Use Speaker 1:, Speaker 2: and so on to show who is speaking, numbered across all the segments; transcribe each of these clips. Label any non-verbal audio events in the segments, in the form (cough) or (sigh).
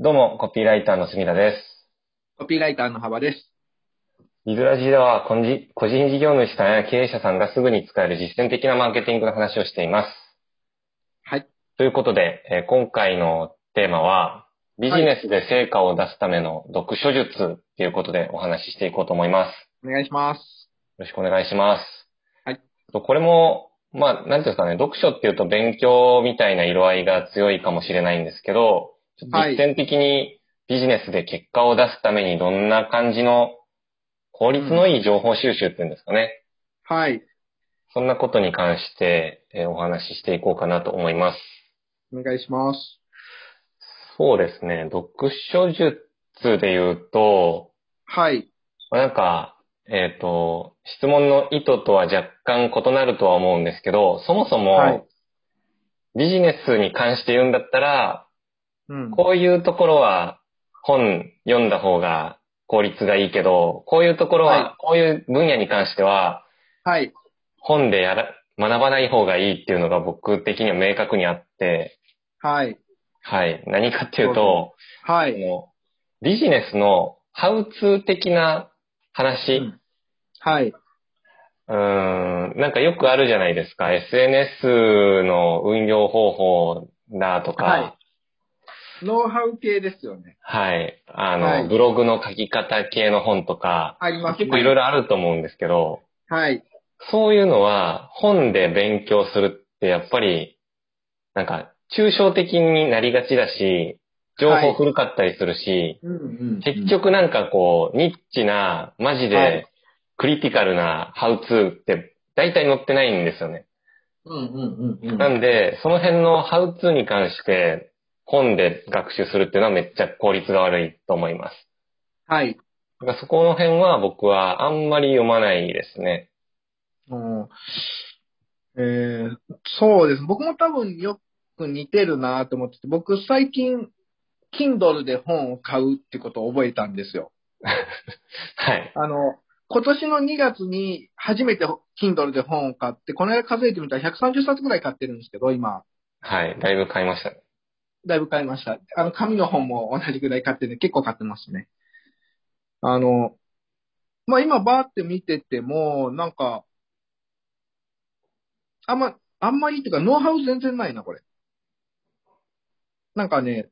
Speaker 1: どうも、コピーライターの隅田です。
Speaker 2: コピーライターの幅です。
Speaker 1: リズラジでは、こんじ個人事業主さんや経営者さんがすぐに使える実践的なマーケティングの話をしています。
Speaker 2: はい。
Speaker 1: ということで、えー今回のテーマは、ビジネスで成果を出すための読書術ということでお話ししていこうと思います。
Speaker 2: お願いします。
Speaker 1: よろしくお願いします。
Speaker 2: はい。
Speaker 1: これも、まあ、なんていうんですかね、読書っていうと勉強みたいな色合いが強いかもしれないんですけど、ちょっと
Speaker 2: はい
Speaker 1: 実践的にビジネスで結果を出すためにどんな感じの効率のいい情報収集っていうんですかね。
Speaker 2: はい。
Speaker 1: そんなことに関して、えーお話ししていこうかなと思います。
Speaker 2: お願いします。
Speaker 1: そうですね、読書術で言うと、
Speaker 2: はい。
Speaker 1: まあなんか、えっ、と、質問の意図とは若干異なるとは思うんですけど、そもそも、
Speaker 2: はい
Speaker 1: ビジネスに関して言うんだったら、
Speaker 2: うん。
Speaker 1: こういうところは本読んだ方が効率がいいけど、こういうところは、
Speaker 2: は
Speaker 1: こういう分野に関しては
Speaker 2: はい。
Speaker 1: 本でやら、学ばない方がいいっていうのが僕的には明確にあって、
Speaker 2: はい。
Speaker 1: はい。何かっていうと、
Speaker 2: は
Speaker 1: あ
Speaker 2: い。
Speaker 1: のビジネスのハウツー的な話、
Speaker 2: うんはい。
Speaker 1: うーんなんかよくあるじゃないですか。SNS の運用方法だとか、
Speaker 2: ノウハウ系ですよね。
Speaker 1: はい。あの、
Speaker 2: はい
Speaker 1: ブログの書き方系の本とか、
Speaker 2: ありますね。
Speaker 1: 結構いろいろあると思うんですけど、
Speaker 2: はい。
Speaker 1: そういうのは本で勉強するってやっぱり、なんか抽象的になりがちだし、情報古かったりするし、
Speaker 2: うんうん。
Speaker 1: 結局なんかこう、ニッチな、マジ
Speaker 2: は
Speaker 1: で
Speaker 2: い
Speaker 1: クリティカルなハウツーって大体載ってないんですよね。
Speaker 2: うんうんうんうん。
Speaker 1: なんで、その辺のハウツーに関して、本で学習するっていうのはめっちゃ効率が悪いと思います。
Speaker 2: はい。
Speaker 1: だからそこの辺は僕はあんまり読まないですね。
Speaker 2: うんえーそうです。僕も多分よく似てるなと思ってて、僕最近、Kindle で本を買うってことを覚えたんですよ。
Speaker 1: はい。
Speaker 2: あの、今年の2月に初めて Kindle で本を買って、この間数えてみたら130冊くらい買ってるんですけど、今、
Speaker 1: はい。だいぶ買いましたね。
Speaker 2: だいぶ買いました。あの、紙の本も同じくらい買ってて、結構買ってますね。あの、まあ、今バーって見てても、なんか、あんま、あんまりっていうか、ノウハウ全然ないな、これ。なんかね、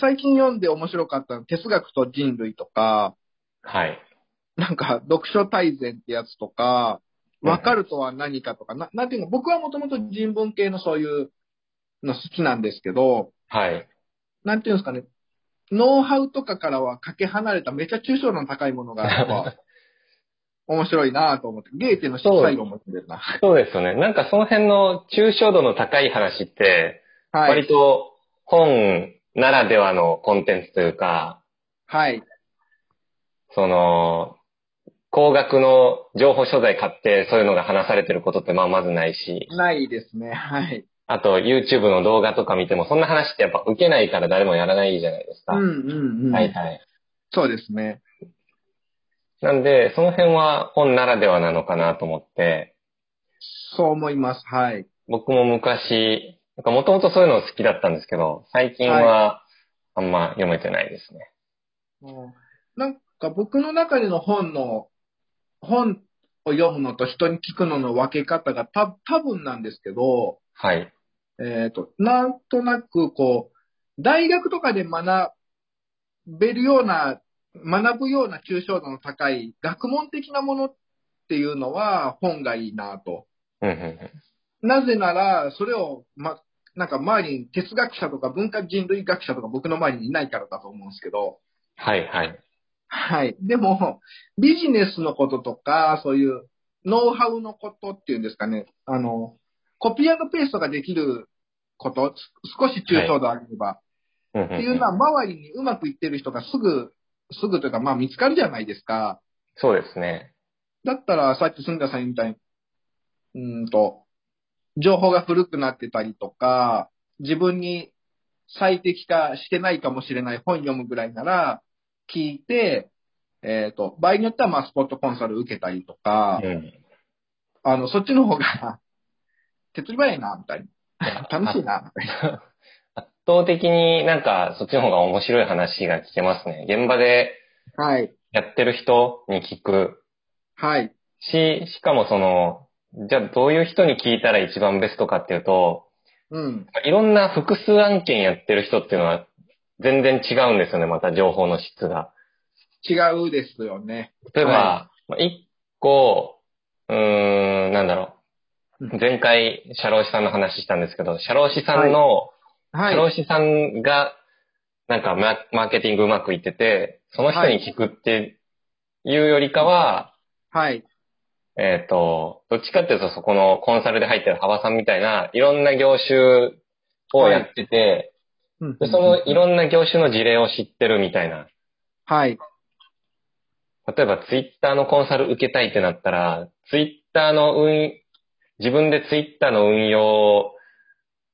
Speaker 2: 最近読んで面白かったの、哲学と人類とか、
Speaker 1: はい。
Speaker 2: なんか、読書大全ってやつとか、
Speaker 1: うん
Speaker 2: わかるとは何かとか、ななんていうの、僕はもともと人文系のそういうの好きなんですけど、
Speaker 1: はい。
Speaker 2: なんていうんですかね、ノウハウとかからはかけ離れためちゃ抽象度の高いものが、や
Speaker 1: (laughs)
Speaker 2: っぱ面白いなぁと思って、ゲーテの最後も出るな。
Speaker 1: そうですよね。なんかその辺の抽象度の高い話って、
Speaker 2: は
Speaker 1: 割
Speaker 2: い。
Speaker 1: と本ならではのコンテンツというか、
Speaker 2: はい。
Speaker 1: その、高額の情報所在買ってそういうのが話されてることってまあまずないし、
Speaker 2: ないですね。はい。
Speaker 1: あと YouTube の動画とか見てもそんな話ってやっぱ受けないから誰もやらないじゃないです
Speaker 2: う
Speaker 1: か。
Speaker 2: んうんうん。
Speaker 1: 大体。
Speaker 2: そうですね。
Speaker 1: なんで、その辺は本ならではなのかなと思って、
Speaker 2: そう思います。はい。
Speaker 1: 僕も昔、なんかもともとそういうの好きだったんですけど、最近はあんま読めてないですね。
Speaker 2: うんなんか僕の中での本の、本を読むのと人に聞くのの分け方がた多分なんですけど、
Speaker 1: はい。
Speaker 2: えっ、と、なんとなくこう、大学とかで学べるような、学ぶような抽象度の高い学問的なものっていうのは本がいいなと。
Speaker 1: うんうんうん。
Speaker 2: なぜなら、それを、ま、なんか周りに哲学者とか文化人類学者とか僕の周りにいないからだと思うんですけど、
Speaker 1: はいはい。
Speaker 2: はい。でも、ビジネスのこととか、そういうノウハウのことっていうんですかね、あの、コピーペーストができること、す少し抽象度あれば、
Speaker 1: うんうんう
Speaker 2: っ
Speaker 1: ん
Speaker 2: ていうのは、周りにうまくいってる人がすぐ、すぐというか、まあ見つかるじゃないですか。
Speaker 1: そうですね。
Speaker 2: だったら、さっき住んださんみたいに、うーんと、情報が古くなってたりとか、自分に最適化してないかもしれない本読むぐらいなら、聞いて、えっ、と、場合によっては、まあ、スポットコンサル受けたりとか、
Speaker 1: うん。
Speaker 2: あ (laughs) の、そっちの方が、手っ取り早いな、みたいな。楽しいな、みたいな。
Speaker 1: (laughs) 圧倒的になんかそっちの方が面白い話が聞けますね。現場で
Speaker 2: はい。
Speaker 1: やってる人に聞く
Speaker 2: はい。
Speaker 1: し、しかもその、じゃあどういう人に聞いたら一番ベストかっていうと、
Speaker 2: うん。
Speaker 1: いろんな複数案件やってる人っていうのは全然違うんですよね、また情報の質が。
Speaker 2: 違うですよね。
Speaker 1: 例えば、
Speaker 2: は
Speaker 1: まあ一個、うーん、なんだろ
Speaker 2: う
Speaker 1: う。
Speaker 2: ん
Speaker 1: 前回、社労士さんの話したんですけど、社労士さんの、
Speaker 2: は
Speaker 1: 社労
Speaker 2: い。
Speaker 1: 士さんが、なんかママーケティングうまくいってて、その人に聞くっていうよりかは、
Speaker 2: はい。
Speaker 1: えっ、と、どっちかっていうとそこのコンサルで入ってる幅さんみたいな、いろんな業種をやってて、
Speaker 2: うん
Speaker 1: でそのいろんな業種の事例を知ってるみたいな。
Speaker 2: はい。
Speaker 1: 例えばツイッターのコンサル受けたいってなったら、ツイッターの運、自分でツイッターの運用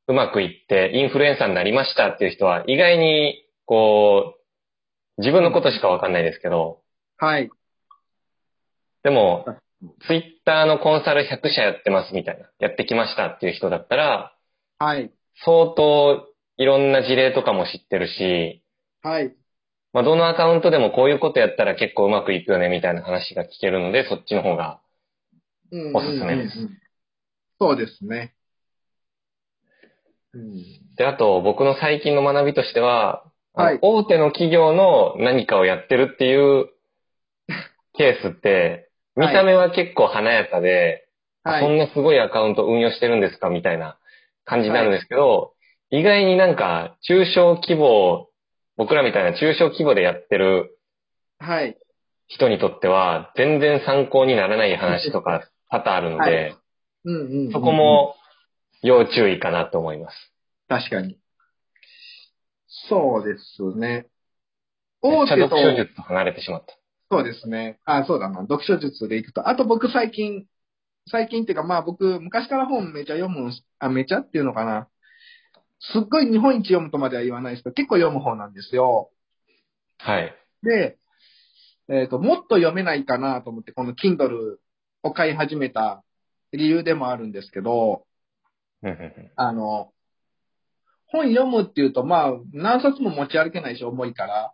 Speaker 1: うまくいってインフルエンサーになりましたっていう人は意外にこう、自分のことしかわかんないですけど、
Speaker 2: はい。
Speaker 1: でも、ツイッターのコンサル100社やってますみたいな、やってきましたっていう人だったら、
Speaker 2: はい。
Speaker 1: 相当いろんな事例とかも知ってるし、
Speaker 2: はい。
Speaker 1: まあ、どのアカウントでもこういうことやったら結構うまくいくよねみたいな話が聞けるので、そっちの方が
Speaker 2: うん
Speaker 1: おすすめです
Speaker 2: うんうんうんそうですね。うん
Speaker 1: で、あと、僕の最近の学びとしては、あの
Speaker 2: はい
Speaker 1: 大手の企業の何かをやってるっていう (laughs) ケースって、見
Speaker 2: はい
Speaker 1: た目は結構華やかで、
Speaker 2: は
Speaker 1: そん
Speaker 2: い。
Speaker 1: なすごいアカウント運用してるんですかみたいな感じになるんですけど、意外になんか中小規模、僕らみたいな中小規模でやってる
Speaker 2: はい。
Speaker 1: 人にとっては、全然参考にならない話とか多々あるので、
Speaker 2: はいうんうんうん
Speaker 1: そこ。も要注意かなと思います。
Speaker 2: 確かに。そうですね。
Speaker 1: め
Speaker 2: 大
Speaker 1: っちゃ
Speaker 2: 手と
Speaker 1: 読、書術と離れてしまった。
Speaker 2: そうですね。あ、そうだな。読書術でいくと。あと僕最近、最近っていうかまあ僕、昔から本めちゃ読むんす、あ、めちゃっていうのかな。すっごい日本一読むとまでは言わないですけど、結構読む方なんですよ。
Speaker 1: はい。
Speaker 2: で、えっ、と、もっと読めないかなと思って、この Kindle を買い始めた理由でもあるんですけど、
Speaker 1: うんうんうん
Speaker 2: あの、本読むっていうと、まあ、何冊も持ち歩けないし、重いから。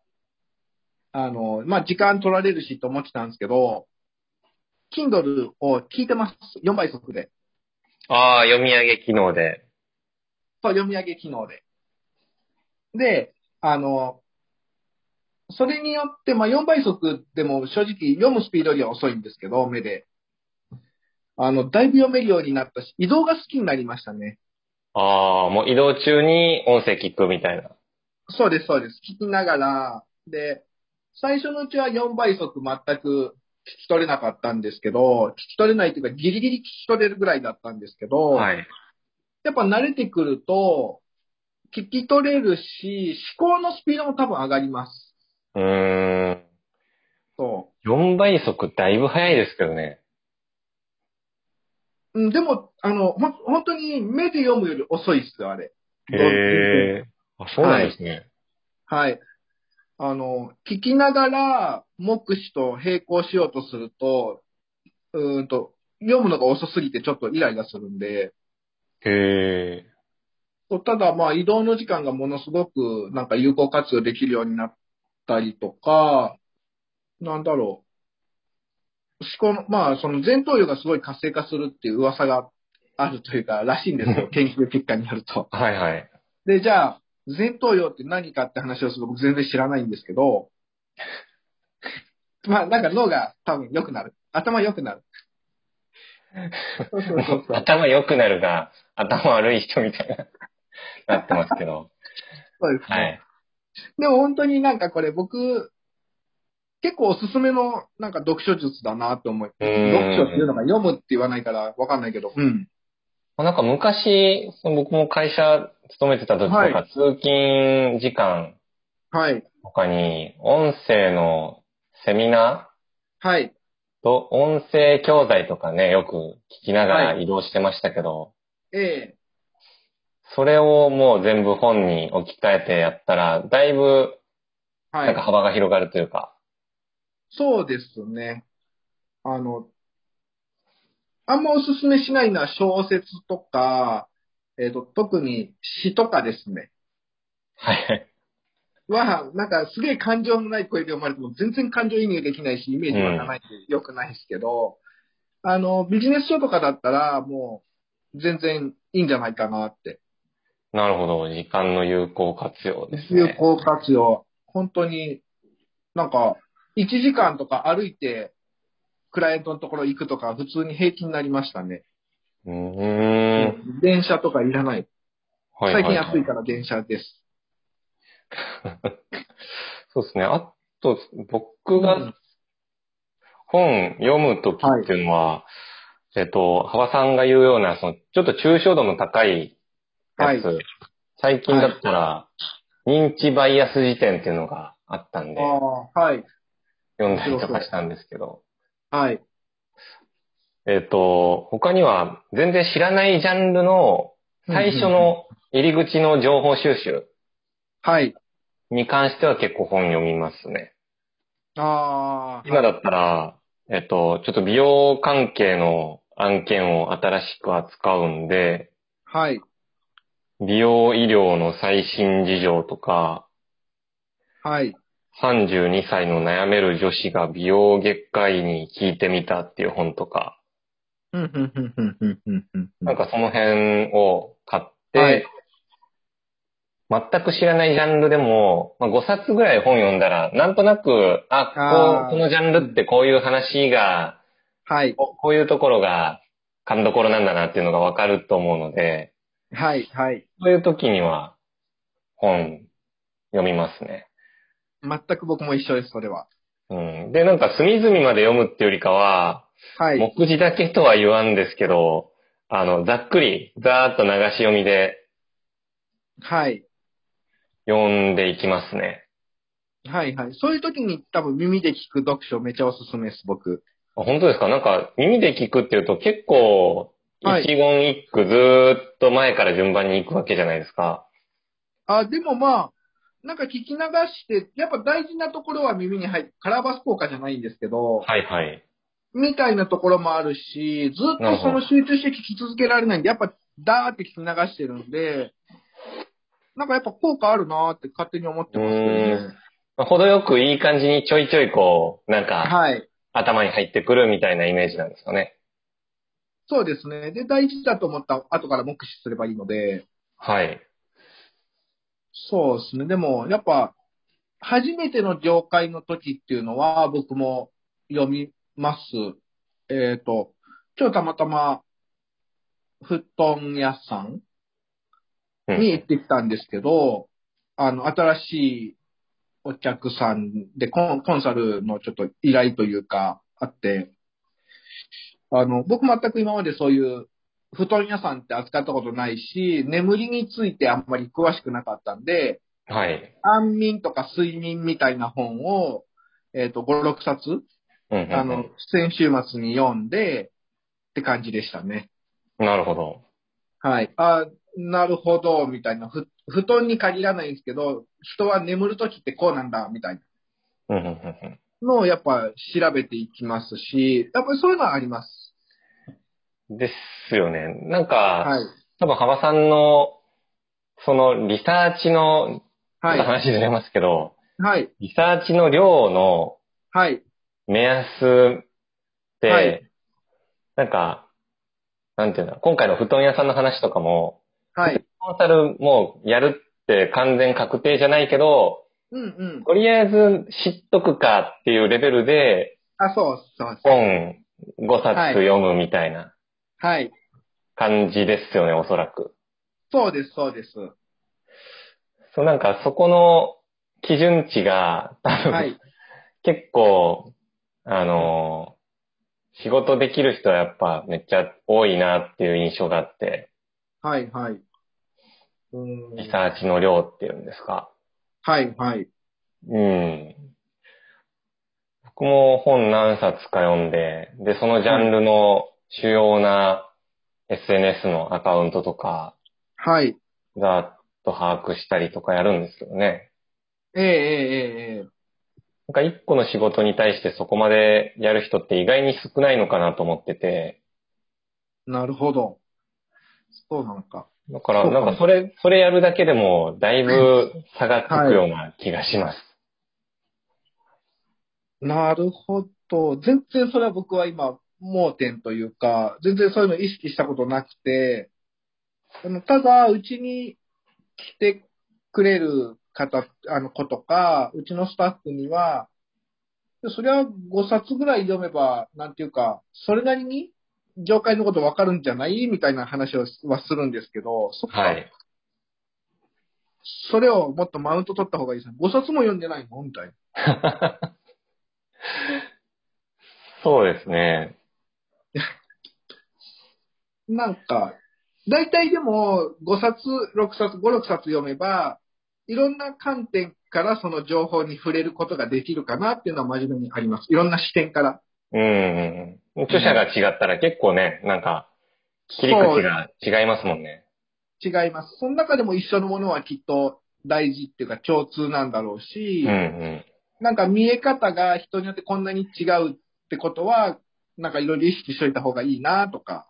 Speaker 2: あの、まあ、時間取られるしと思ってたんですけど、Kindle を聞いてます。4倍速で。
Speaker 1: ああ、読み上げ機能で。
Speaker 2: そう、読み上げ機能で。で、あの、それによって、まあ、4倍速でも正直読むスピードよりは遅いんですけど、目で。あの、だいぶ読めるようになったし、移動が好きになりましたね。
Speaker 1: ああ、もう移動中に音声聞くみたいな。
Speaker 2: そうです、そうです。聞きながら、で、最初のうちは4倍速全く聞き取れなかったんですけど、聞き取れないというかギリギリ聞き取れるぐらいだったんですけど、
Speaker 1: はい。
Speaker 2: やっぱ慣れてくると、聞き取れるし、思考のスピードも多分上がります。
Speaker 1: うーん。
Speaker 2: そ
Speaker 1: 4倍速だいぶ早いですけどね。
Speaker 2: う。うん、でも、あの、ほん、本当に目で読むより遅いっすよ、あれ。
Speaker 1: へえ。あ、そうなんですね。
Speaker 2: はい。あの、聞きながら、目視と並行しようとすると、うーんと、読むのが遅すぎてちょっとイライラするんで、
Speaker 1: へえ。
Speaker 2: そうただまあ移動の時間がものすごくなんか有効活用できるようになったりとか、なんだろう。思考の、まあその前頭葉がすごい活性化するっていう噂があるというか、らしいんですよ。研究結果によると。
Speaker 1: はいはい。
Speaker 2: で、じゃあ、前頭葉って何かって話をすると僕全然知らないんですけど、 (laughs) まあなんか脳が多分良くなる。頭良くなる。そうそうそうそう。
Speaker 1: 頭良くなるが、頭悪い人みたいな、な (laughs) ってますけど。
Speaker 2: そうですね。
Speaker 1: はい。
Speaker 2: でも本当になんかこれ僕、結構おすすめのなんか読書術だなって思い。
Speaker 1: う
Speaker 2: 読
Speaker 1: ーん
Speaker 2: 書っていうのが読むって言わないからわかんないけど。うん。
Speaker 1: なんか昔、その僕も会社勤めてた時とか、
Speaker 2: はい
Speaker 1: 通勤時間
Speaker 2: はい。
Speaker 1: とかに、音声のセミナー
Speaker 2: はい。
Speaker 1: と、音声教材とかね、よく聞きながら
Speaker 2: は
Speaker 1: 移動してましたけど、
Speaker 2: ええ
Speaker 1: それをもう全部本に置き換えてやったら、だいぶ、
Speaker 2: は
Speaker 1: なんか
Speaker 2: い。
Speaker 1: 幅が広がるというか、
Speaker 2: そうですね。あの、あんまおすすめしないのは小説とか、えっ、と、特に詩とかですね。は、なんかすげえ感情のない声で読まれても全然感情移入できないし、イメージ湧かないし、良くないですけど、あの、ビジネス書とかだったら、もう、全然いいんじゃないかなって。
Speaker 1: なるほど。時間の有効活用です
Speaker 2: 有
Speaker 1: ね。
Speaker 2: 効活用。本当に、なんか、1時間とか歩いて、クライアントのところ行くとか、普通に平気になりましたね。
Speaker 1: うーん。
Speaker 2: 電車とかいらない。
Speaker 1: はいはい、は
Speaker 2: 最近
Speaker 1: い。
Speaker 2: 安いから電車です。
Speaker 1: (laughs) そうですね。あと、僕が本読むときっていうのは、えっと、幅さんが言うような、その、ちょっと抽象度の高いやつ、
Speaker 2: は
Speaker 1: 最近だったら、認知バイアス辞典っていうのがあったんで、
Speaker 2: ああ、はい。
Speaker 1: 読んだりとかしたんですけど、
Speaker 2: はい。
Speaker 1: えっと、他には、全然知らないジャンルの、最初の入り口の情報収集
Speaker 2: はい。
Speaker 1: に関しては結構本読みますね。
Speaker 2: ああ、
Speaker 1: 今だったら、えっと、ちょっと美容関係の案件を新しく扱うんで、
Speaker 2: はい。
Speaker 1: 美容医療の最新事情とか、
Speaker 2: はい。
Speaker 1: 32歳の悩める女子が美容月会に聞いてみたっていう本とか、
Speaker 2: うん、うん、うん、うん、うん、うんうんうん。
Speaker 1: なんかその辺を買って、
Speaker 2: はい
Speaker 1: 全く知らないジャンルでも、まあ、5冊ぐらい本読んだら、なんとなく、あ、こ
Speaker 2: あー
Speaker 1: うこのジャンルってこういう話が
Speaker 2: はい。
Speaker 1: ここういうところが勘どころなんだなっていうのがわかると思うので、
Speaker 2: はい、はい。
Speaker 1: そういう時には本読みますね。
Speaker 2: 全く僕も一緒です、それは。
Speaker 1: うん。で、なんか隅々まで読むっていうよりかは、
Speaker 2: はい。
Speaker 1: 目次だけとは言わんですけど、あの、ざっくり、ざーっと流し読みで
Speaker 2: はい。
Speaker 1: 読んでいきますね。
Speaker 2: はい、はい。そういう時に多分耳で聞く読書めちゃおすすめです、僕。
Speaker 1: あ本当ですかなんか耳で聞くっていうと結構、
Speaker 2: はい
Speaker 1: 一言一句ずーっと前から順番に行くわけじゃないですか。
Speaker 2: あ、でもまあ、なんか聞き流して、やっぱ大事なところは耳に入って、カラーバス効果じゃないんですけど、
Speaker 1: はいはい。
Speaker 2: みたいなところもあるし、ずっとその集中して聞き続けられないんで、やっぱダーって聞き流してるんで、なんかやっぱ効果あるなーって勝手に思ってます
Speaker 1: う
Speaker 2: ね。
Speaker 1: まあ程よくいい感じにちょいちょいこう、なんか、
Speaker 2: はい。
Speaker 1: 頭に入ってくるみたいなイメージなんですかね。
Speaker 2: そうですね。で、大事だと思った後から目視すればいいので、
Speaker 1: はい。
Speaker 2: そうですね。でも、やっぱ、初めての業界の時っていうのは、僕も読みます。えっ、と、今日たまたま、布団屋さん
Speaker 1: うん
Speaker 2: に行ってきたんですけど、あの、新しいお客さんでコン、コンサルのちょっと依頼というか、あって、あの、僕全く今までそういう布団屋さんって扱ったことないし、眠りについてあんまり詳しくなかったんで、
Speaker 1: はい。
Speaker 2: 安眠とか睡眠みたいな本を、えっ、と、5、6冊、
Speaker 1: うんうんうん
Speaker 2: あの、先週末に読んで、って感じでしたね。
Speaker 1: なるほど。
Speaker 2: はい。あなるほど、みたいな。ふ、布団に限らないんですけど、人は眠るときってこうなんだ、みたい
Speaker 1: うんうんうんうん
Speaker 2: なのをやっぱ調べていきますし、やっぱりそういうのはあります。
Speaker 1: ですよね。なんか、
Speaker 2: はい。
Speaker 1: 多分幅さんの、そのリサーチの、
Speaker 2: は
Speaker 1: ちょっと
Speaker 2: い。
Speaker 1: 話ずれますけど、
Speaker 2: はい。
Speaker 1: リサーチの量の
Speaker 2: はい。
Speaker 1: 目安って、
Speaker 2: はい
Speaker 1: なんか、なんていうんだろう今回の布団屋さんの話とかも、
Speaker 2: はい。
Speaker 1: コンサルもうやるって完全確定じゃないけど、
Speaker 2: うんうん。
Speaker 1: とりあえず知っとくかっていうレベルで、
Speaker 2: あ、そう、そう。
Speaker 1: 本5冊読むみたいな
Speaker 2: はい。
Speaker 1: 感じですよね、おそらく。
Speaker 2: そうです、そうです。
Speaker 1: そう、なんかそこの基準値が、多分、
Speaker 2: はい。
Speaker 1: 結構、あのー仕事できる人はやっぱめっちゃ多いなっていう印象があって、
Speaker 2: はい、はい。うー
Speaker 1: リ
Speaker 2: ん。
Speaker 1: サーチの量っていうんですか。
Speaker 2: はい、はい。
Speaker 1: うん。僕も本何冊か読んで、で、そのジャンルの主要な SNS のアカウントとか、
Speaker 2: はい。
Speaker 1: ざーっと把握したりとかやるんですけどね。
Speaker 2: ええ、ええ、ええ。
Speaker 1: なんか一個の仕事に対してそこまでやる人って意外に少ないのかなと思ってて、
Speaker 2: なるほど。そうなのか。
Speaker 1: だから、
Speaker 2: そうか
Speaker 1: な
Speaker 2: も
Speaker 1: んかそれ、それやるだけでも、だいぶ差がつくような気がします。
Speaker 2: なるほど。全然それは僕は今、盲点というか、全然そういうの意識したことなくて、あのただ、うちに来てくれる方、あの子とか、うちのスタッフには、それは5冊ぐらい読めば、なんていうか、それなりに、業界のことわかるんじゃないみたいな話をはするんですけど、そっか
Speaker 1: (laughs) はい。
Speaker 2: それをもっとマウント取った方がいいですね。5冊も読んでないのみたいな。
Speaker 1: (laughs) そうですね。
Speaker 2: なんか、大体でも5冊、6冊、5、6冊読めば、いろんな観点からその情報に触れることができるかなっていうのは真面目にあります。いろんな視点から。
Speaker 1: うんうん。著者が違ったら結構ね、なんか、切り口が違いますもんね。
Speaker 2: そう違います。その中でも一緒のものはきっと大事っていうか共通なんだろう
Speaker 1: う
Speaker 2: し、
Speaker 1: んうん。
Speaker 2: なんか見え方が人によってこんなに違うってことは、なんかいろいろ意識しといた方がいいなとか。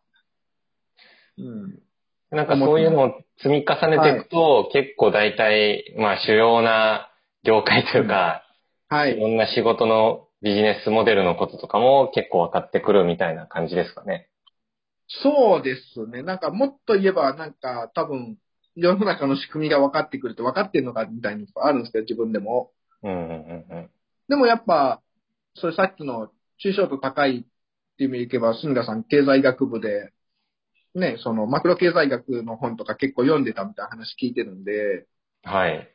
Speaker 2: うん。
Speaker 1: なんかそういうのを積み重ねていくと、結構大体、まあ主要な業界というか、
Speaker 2: はい
Speaker 1: い。ろんな仕事のビジネスモデルのこととかも結構分かってくるみたいな感じですかね。
Speaker 2: そうですね。なんかもっと言えば、なんか多分、世の中の仕組みが分かってくると分かってるのかみたいなのがあるんですけど、自分でも。
Speaker 1: うんうんうんうん。
Speaker 2: でもやっぱ、それさっきの中小と高いっていう意味でいけば、住田さん経済学部で、ね、そのマクロ経済学の本とか結構読んでたみたいな話聞いてるんで、
Speaker 1: はい。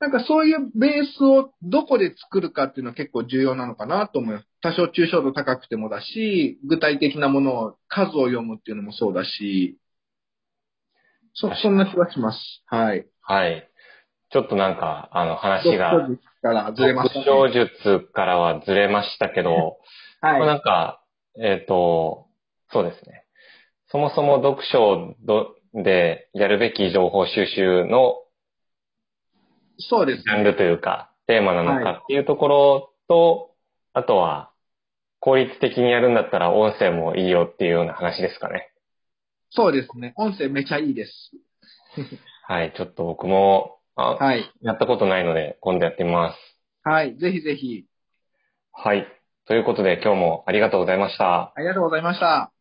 Speaker 2: なんかそういうベースをどこで作るかっていうのは結構重要なのかなと思います。多少抽象度高くてもだし、具体的なものを、数を読むっていうのもそうだし、そ、そんな気がします。はい。
Speaker 1: はい。ちょっとなんか、あの話
Speaker 2: 読
Speaker 1: が、
Speaker 2: 書術からずれました、ね。
Speaker 1: 特徴術からはずれましたけど、まあ
Speaker 2: はい。
Speaker 1: なんか、えっ、と、そうですね。そもそも読書どでやるべき情報収集の
Speaker 2: そうです
Speaker 1: ジャンルというか、テーマなの
Speaker 2: は
Speaker 1: かっていうところと、あとは、効率的にやるんだったら音声もいいよっていうような話ですかね。
Speaker 2: そうですね。音声めちゃいいです。
Speaker 1: はい、ちょっと僕も、あ
Speaker 2: はい。
Speaker 1: やったことないので、今度やってみます。
Speaker 2: はい。ぜひぜひ。
Speaker 1: はい。ということで、今日もありがとうございました。
Speaker 2: ありがとうございました。